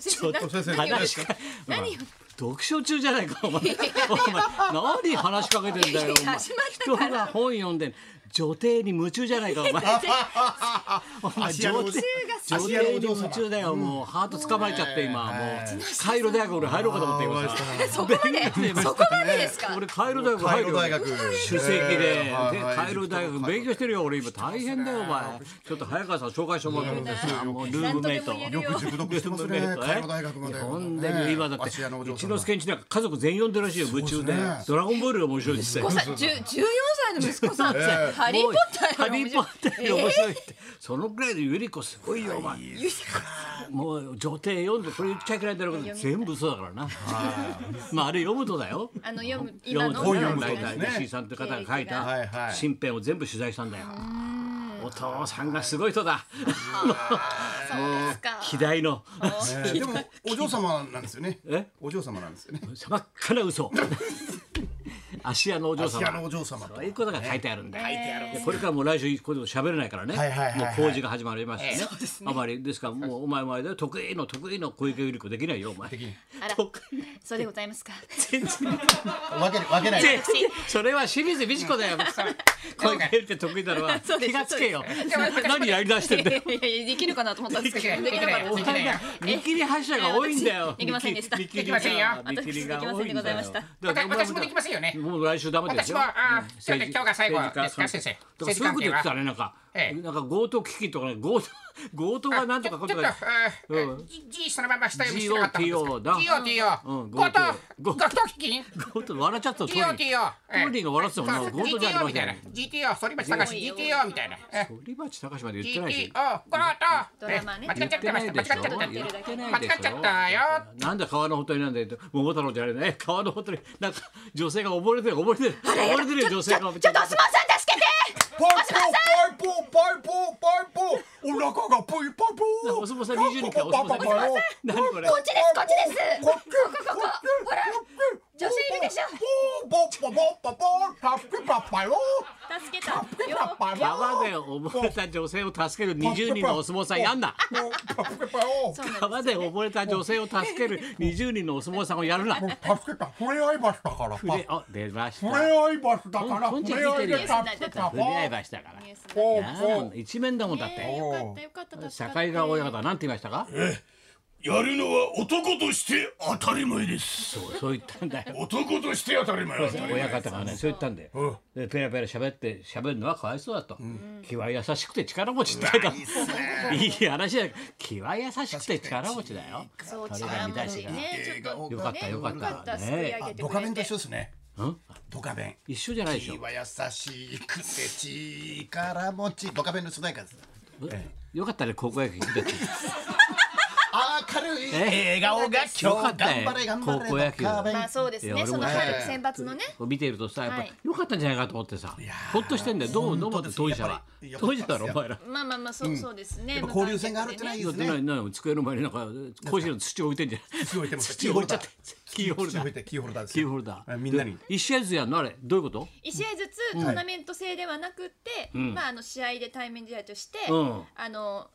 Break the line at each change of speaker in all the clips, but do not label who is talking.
ちょっと
先生
何を
何です か
何を
読書中じゃないかお前 お前何話しかけてんだ
い
よ
や
お前
始まった
人
から
が本読んで女帝に夢中じゃないかお 前 お前
足やろう
女帝
足
女
やろ
帝
う
に夢中だよもうハート捕まえちゃって今もうカイロ大学俺入ろうかと思って今さ
そこまでそこまでですか
俺カイロ大学
カ
入
イロ
るよ
大学
主席ででカイロ大学勉強しててるよ俺今大変だよお前ちょっと早川さん紹介してもらおうと思ってさもうルームメイト
なんとでも言える
よく熟読してますねカイロ大学ま
日
で
本でも今だって
芦屋のお嬢
一
さんが
之輔んちなんか家族全員呼んでるらしいよ夢中
そ
で
うですね
ドラゴンボールが面白いって言
お
って
さじゅ14歳の息子さんハリー・ポッター
ハリー・ポッターより面白いってそのくらいでゆり子すごいよお前もう女帝読んでこれ言っちゃいけないんだろうけど全部嘘だからな まああれ読むとだよ
あの読む今
読
の
むと
本読むと
大
ね
体石井さんって方が書い
はい
た
はい
新編を全部取材したんだよお父さんがすごい 人だ
そうです か
希代の
えーでもお嬢様なんですよね
え
お嬢様なんですよね
真っ赤な嘘芦屋のお嬢
芦屋の
様
お嬢様と
そういうことが書いてあるんだよ
書いてある
でこれからもう来週こういうの喋れないからね、
はいはいはいはい
もう工事が始まりますしね,、あまりですからもうお前前で得意の得意の小池百合子できないよお前
あら
得意
そうでございますか
全然
分け分けな い
全然それは清水美智子 だよ小池百合子得意なの は
そうです
気がつけよ
そうです
何やりだしてんだよ
いやいやできるかなと思ったんですけどできなかった
お
です
前が見切り発車が多いんだよ。
できませんでした
見切り
できま
せんよ
見切りが多
私できません
いんだよ。
でございました
だから
私もできませんよね
もう来週ダメですよ。
私もあ
う
ー
ん政治
今日が最後
政治家
ですか先生
だからすごいこと言ってたねなんか、
ええ
なんか強盗危機とかね強盗強盗がなんとかこ
ち
と
ょっと、
か。
えー、じそのまま下読みしてなかったもんですから GOTO
うん
ゴト
ゴ
ゴ
ト
ト基金
強盗笑っちゃったト
GOTO
ーリー。トーリーが笑ってたもんな強盗じゃあ
GTO
り
みたいな
ません。
GTO 反町隆史 GTO みたいなえー
堀町隆史まで言ってないし
GTO。ゴト
ドラマね
間違
言
っ
っ
ちゃっててま
な
し
い
た間
で
違っ
し
ちゃ
ょ
って
言
ま
っ
して
ないで
た間違っ
し
ちゃったよ
ょなんだ川のほとりなんだよ桃太郎じゃねえね川のほとりなんか女性が溺れてる溺れてる溺れてるよ女性が
ちょっとおすまさん助けて
パイポーパイポーパイポーパイポーお腹がぷいぱぽ
お相撲さん22回お相撲さん何これ
こっちですこっちですここここほら女性いるでしょ助けたよ
川で溺れた女性を助ける20人のお相撲さんやんな
そうなんです
川で溺れた女性を助ける20人のお相撲さんをやるなであ出ました触れ合いましたからなんだもん一面だもんだっ
ね
て
よかったよかった
社会が親方なんて言いましたか
やるのは男として当たり前です
そうそう言ったんだよ
男として当たり前は当たり前
親方がねそう言ったんででペラペラ喋って喋るのはかわいそうだと、気は優しくて力持ちって書いてあるいい話だよ気は優しくて力持ちだよ
そう
それ
力
が
持
見出し
ち
が
ねちょっと
よかったよか
よ
った
かったすくい
ね
上げて
ド
く
カ
れ
ベンと
て
一緒ですね
うん
ドカベン
一緒じゃないでしょ
気は優しくて力持ちドカベンの主題歌です
よかったね高校野球聞いてて
明るい笑顔が今日
よか
頑
ったね
張れ頑張
高校
れ
野
ド
球
カベン
まあそうです
いや
ね
俺
そ
も
の
ね
春選抜のね
見ているとさやっぱ
はい
よかったんじゃないかと思ってさほっとしてんだよどうどうも
本当です
当事者
や
は
っぱりよか
当
ったです
事者だろお前ら
まあまあまあそうそうですね
やっぱ交流戦があるってのはいい
や
で
っ
す
てな
ね
いない机の前になんか甲子園の土置いてんじゃない
土置いてます
土置いちゃってキーホル
土
ダ
置
ー
いてキーホルダーです
キーホルダー
あみんなに
で一試合ずつやんのあれどういうこと
1試合ずつトーナメント制ではなくって、まあ、あの試合で対面試合として、
うん
あの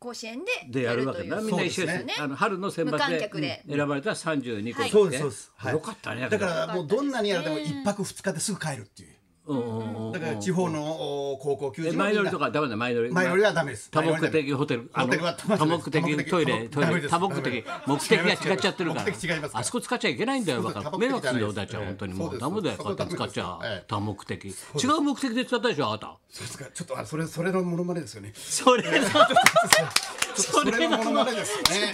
甲子園で
でやるわけ
と
な
いう
みんな一緒
そう
で
ですす
ね
あの春の選抜
無観客
で
で
うん選ばれた三十二校
はい
そうですそうですはい
よかったね
だからもうどんなにやられても一泊二日ですぐ帰るっていう
うんうんうん
だから地方のお高校球児
え
のみんな
前乗りとかダメだ前乗り
前乗りはダメです
多目的ホテル、あ
ホテルは
の多目
ダメで
的
す
トイレ、ト
ダメ
イ
で
レ、
す
多目的、目的が違っちゃってるから
目的違います。から
あそこ使っちゃいけないんだよ、
そ
バ
うそう
カ。
多目
迷
的
惑するよ、
じゃな
だ
いですえ
っちゃ、
え
本当に
そ
も
うです
うダメだよ、
そ
勝
う
手に使っち
そうで
ゃ
す。
多目的。違う目的で使ったでしょ、あなた。
そうですかちょっとあそれそれのモノマネですよね。
それだ
それのモノマネ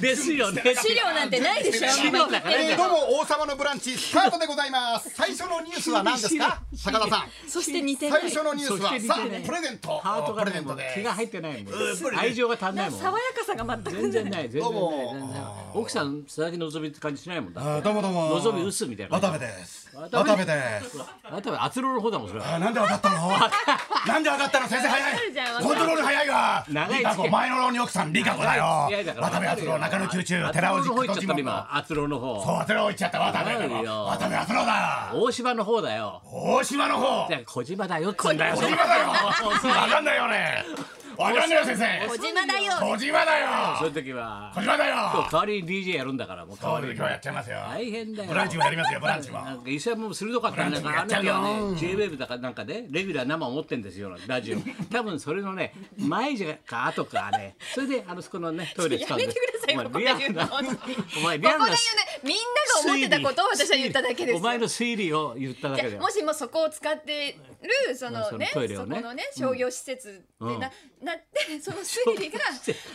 ですよね。
ですよね。
資料なんてないでしょ
資料なんてない
みんな言ってるけ
えー、どうも王様のブランチスタートでございます。最初のニュースは何ですか、坂田さん。
どそして似てな
最
い
初のニュース
そ
は
して似
さ
てない
あプレゼント。
ハートが
プレ
ね、
ゼン
も
ト
う
です
気が入ってないもん。愛情が足んないもん。
爽やかさが全く
全然ない、全然
どう
ない
も
全然ない。奥さん、佐々木希って感じしないもんだ。
あどうもどうも。
望み薄みたいな
渡部です。
渡部
渡部です。
あ多分、厚郎の方だもん、それは。
あなんでわかったの？なんでわかったの先生早
るじゃんわか
い。
る
コントロール早いわ。
長い
リカ子前の浪に奥さんリカ子だよ
いやだか。ら
渡部篤郎中野宮中寺尾
厚郎の方行
実
っち
家
ゃっ
ジモ
たの
ンの。
今、厚郎の
そう
方。
渡部行っちゃった渡部だ
あるよ
よ。渡部篤郎だ。
大島の方だよ。
大島の方
じ。ゃあ小島だよっつうんだよ。
小島だよ。わかんないよね。
わかんないよ先生
小島だよ
小島だよ
そういう時は
小島だよ
今日代わりに DJ やるんだからもう代
そ
わ
うで
り
す
に
今日やっちゃいますよ
大変だよ
ブランチもやりますよブランチも
なんか伊勢山も鋭かったんだから、あの時はね、JWAVE だかなんかで、レギュラー生を持ってんですよ、ラジオ。多分それのね、前じゃか後かね、それで、あの、そこのね、トイレ使
や
うん
め
で
て
す。
くださいここ
お
で
前、リ
言う
アル
の
な
本当にここで
お前、リ
言う
アル
の
な。
みんなが思ってたことを私は言っただけです
お前の推理を言っただ
じゃ
けだよ。
もしもそこを使ってるそ
まあ
の
その
ねそ
トイレをね
このね商業施設でな,、
うん
なってその推理が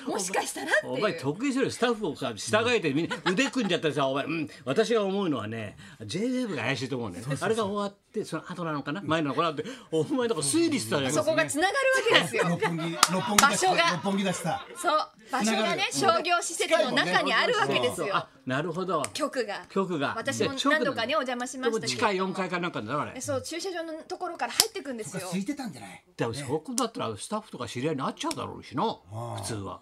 もしかしたらって
お
い
前
う。
得意するよスタッフをさ従えてみんな腕組んじゃったりさお前、うん、私が思うのはね JWAVE が怪しいと思うねあれが終わってその後なのかな、前なのかなってお前だから推理してたじゃん
そこがつながるわけですよ。
六 本木六本木だし
場所が
六本木だしさ
そう場所がね商業施設の中にあるわけですよ
あ。なるほど
局が
局が
私も何度かねお邪魔しましたけど。
地下4階かなんかだから
えそう駐車場のところから入ってくんですよ
空いてたんじゃない
でもそこだったらスタッフとか知り合いになっちゃうだろうしな普通は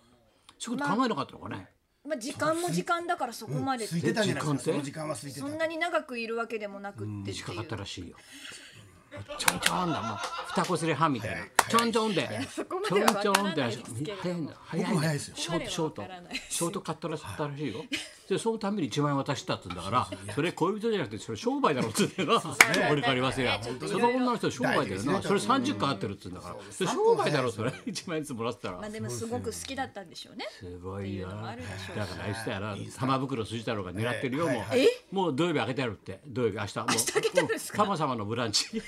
そういうこと考えなかったのかね、
まあ時間も時間だからそこまで
空いてたんじゃないですか
え
その時間は空いてた
そんなに長くいるわけでもなくってって
近
い
か
う
ったらしいよちょんちょんだもう二こすれ歯みたいなちょんちょんで
そこま
ちょ
で
ん
はわ
ちょ
か
ん
ら
って
ない
早
で
い
すけれど
ん
も
だ早い
僕も早いですよ
ショートショート
わからないです
ショート買ったらしったらしいよでそのために1万円渡したっつうんだからそれ恋人じゃなくてそれ商売だろっつってな俺に変わりますよ
ちょっといろ
そ
い
の
ろ
女の人商売だよなそれ30回合ってるっつうんだからそれ商売だろそれ1万円ずつもらってたら
まあでもすごく好きだったんでしょうね。
すごいよ。
っていうのもあ
だ
るでしょうし
からあいつだよな、玉袋筋太郎が狙ってるよ、
ええ
もう
はい。
もう土曜日開けてやるって、土曜日、明日。もう
開けてやるんですか
もう玉様のブランチ。い
い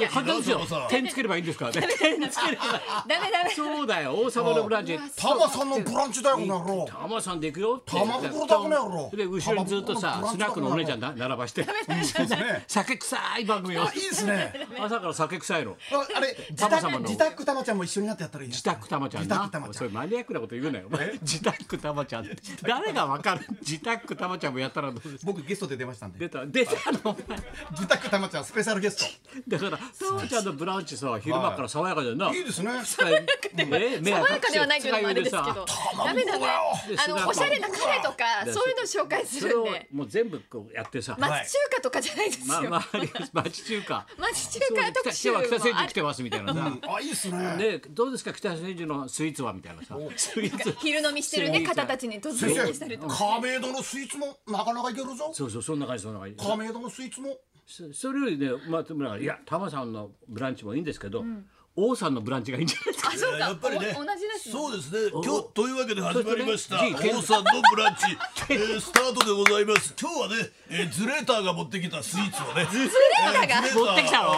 や、
や
簡単ですよ
そうそうそう。
点つければいいんですからね。 点つければ。
ダメダメ。
そうだよ、王様のブランチ。
タマさんのブランチだよこの野郎
玉さんで行くよって。
玉袋だこの野郎
で、後ろにずっとさ
玉、袋のブランチだ
スナックのお姉ちゃんな並ばして。
そうですね
酒臭い番組を。
あいいですね
朝から酒臭いの。
ああれ自
タマ様
宅
の
自宅タマちゃんも一緒になってやったらいい
自宅たまちゃん
自
な
宅たまちゃん
それマニアックなこと言うなよお前 自宅たまちゃんって誰がわかる自宅たまちゃんもやったらどうです
僕ゲストで出ましたんで
出た出たのお前
自宅たまちゃんスペシャルゲス
だからたまちゃんのブランチさ昼間から爽やかじゃん な
トいいですね
爽やかで
爽やかではないけどあれですけど。ダメダメ。あのおしゃれなカフェとかそういうの紹介す
それ
るん
を
で。
もう全部こうやってさま
はい
町中華とかじゃないですよ。
あまあ町中 華
町中華特集
今
も
日
あ
は北千住
る
来。てますみたいなさ
あいいですね
でどうですか北千住のスイーツはみたいなさスイーツ
昼飲みしてるね方たちに突
先
撃した
生
りとか。
亀戸のスイーツもなかなかいけるぞ
そうそうそんな感じそんな感じ
亀戸のスイーツも
そそれよりね松村が「いやタマさんのブランチもいいんですけど、王さんのブランチがいいんじゃないですか」
あそう
や
か。
っぱりね
お同じですね。
そうですね今日というわけで始まりました
それとね
王さんのブランチ えースタートでございます今日はねえーズレーターが持ってきたスイーツをね ズレ
ーターが
持ってきたの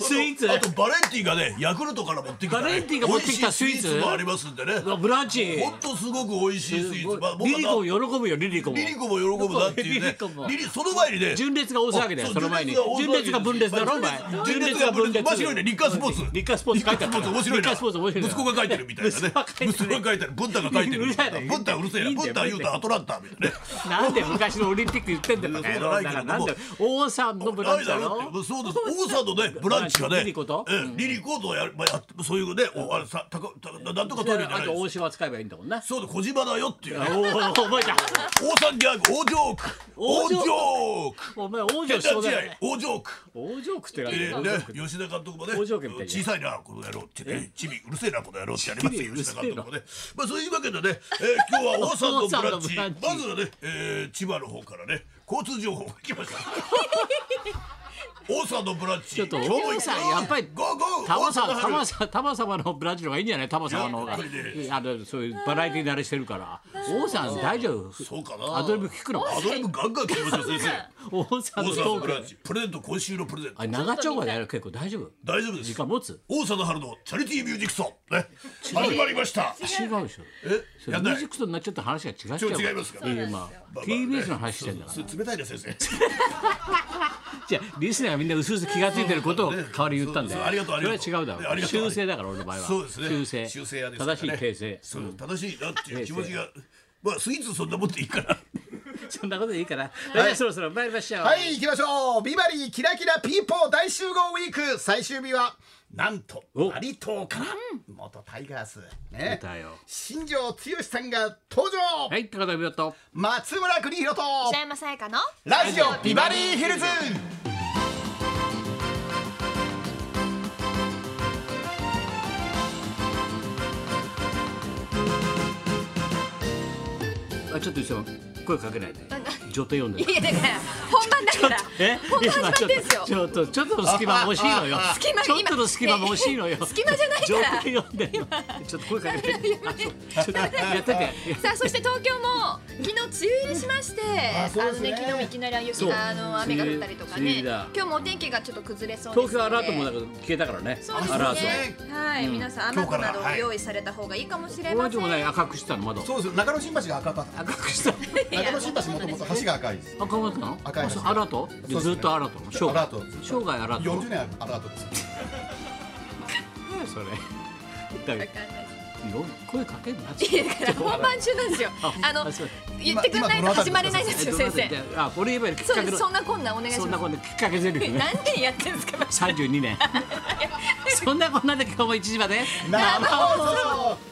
スイーツ
あとバレンティンがねヤクルトから持ってきたね
バレンティンが持ってきたスイーツ
美味しいもありますんでね
うわ ブランチ
ほんとすごく美味しいスイーツまあ僕
リ
は
リ
な
コも喜ぶよリリコも
リリコも喜ぶなっていう
リ
ね
リコも
リリその前にね
純烈が大騒ぎだよ
あ
その前に
そう
純烈が分裂だろお前
純烈が分裂面白いね立夏スポーツ
立夏スポーツ書いてあった
立夏スポーツ面白い
立
な
夏スポーツ面白いな
息子が書いてるみたいな
息子
ね
が書いてる
息子が書いてるブンタが書いてるみたいな
うるさいな
ブンタうるせえな
ブ
ブ
ン
ン
タ
タ言うとアトランタみたいなね
なんで昔のオリンピック言ってんだよバカ野郎
そ
だ
うだ
からな
な
んで王さんのブランチだ
ないだ
ろ
ろそうです王さんのねブランチがね
リリコと
ええリリコとやるまあやってそういうねおあれさたかたななんとかトイレじゃ
あ
ない
と
で
大
す
島使えばいいんだもんな
そうだ小島だよっていう
お
ね
お覚えた
王さんギャグ王ジョーク
王
王
ジ
ジ
ョ
ョ
ー
ー
ク
ク
お前王
ケ
女
ン
し
タ
そう
ッチ
だよ
愛
ね
王ジョーク
王女食ってな
え
い
ーね、吉田監督もね
工場家みたいじゃん
小さいなこの野郎ってねチビうるせえなこの野郎ってやります
チビう
よ
る
吉
せ
田
えな
監督もねまあそういうわけでね、えー、今日は王さんのブラン
王
チ
さんのブラ
ま
ンチ
ずはね、えー、千葉の方からね交通情報が来ました 王さんのブランチ
ちょっと
今日も行く
王
よ
さんやっぱり
ゴーゴー
タマさん、
王
タ
の
マ
春
さん、タマ様のブラジルがいいんじゃない、タマ様の方が。
いややっぱり
あの、そういうバラエティ慣れしてるから。王さん、大丈夫。
そうかな
アドリブ聞くの。
アドリブガンガン来ましたよ先
王さ
生
んの
王さん
ト
の
ー
ブ
ク。
ランチプレゼント今週のプレゼント
あ、長丁場だよ、結構大丈夫。
大丈夫で
時
す
間持つ。
王さんの春のチャリティーミュージックソングね始まりました
違うでしょそ
え
れ
やん
ミュ
な
ー
い
ジックとなっちゃった話が違っちゃう
ちょ
から。
違いますか
やまあ TBS の話してんだから。
ら冷たいね先生
じゃあリスナーがみんな薄々気がついてることを代わりに言ったんだよ。
そうそうそうありがとうありがとう
それは違うだ
ねあ
ろ
りがとう
修正だから俺の場合は。
そうですね。
修正。
修正屋ですから
正
ね
しい訂正。
そう、正しいなっていう気持ちが。まあ、スイーツそんなもんでいいから。
そんなことでいいから。それじゃあそろそろ参りましょう。
はい行きましょうビバリーキラキラピーポー大集合ウィーク最終日はなんと
お
有東から元タイガースね
出たよ
新庄剛志さんが登場、
はい、高田美穂と。
松村邦弘と
白山さやかの。
ラジオビバリーヒルズ
あちょっと一緒声かけないで女帝呼んで
いやいやだから本番だから本番始まってんですよ
ちょっとちょっとの隙間も欲しいのよ
隙間
ちょっとの隙間も欲しいのよ
今隙間じゃないから
女帝呼んでちょっと声か けてあそうちょっとやってて
さあそして東京も昨日梅雨入りしましてあ
そう
の
ですね
ね昨日いきなりああいう
そう
あの雨が降ったりとか
梅雨
ね
入りだ
今日もお天気がちょっと崩れそうですの
東
で
京アラートもなんか消えたからね
そうです
ア
ね
ラート
はい皆さん雨
今日
具
か
な
ら
どを
はい
用意された方がいいかもしれ
この
ませ
間
ん
もね赤くしてたの窓
そうですよ中野新橋が赤かった
赤くした
中野新橋もともと橋が赤いです
赤かったの
赤い
あそうアラート
そうです
ず
ね
っとアラートなの生涯
アラート
生涯アラート
40年アラートです
何それだ
わ
か
かんない
らよ声かけんな
だから本番中なんですよ
あ。
あの
あそう
言ってくれないと始まれないんで
え
す
ど
よ
うな
先
んだ
生
っけ。あこれ言えばいいきっ
そ
か
う
け
です
の
そんなこんなんお願いし
そんな
ま
こ んなきっかけゼリ
す。
フね
何年やってんですか。
32年そんなこんなで今日も1時まで
生放送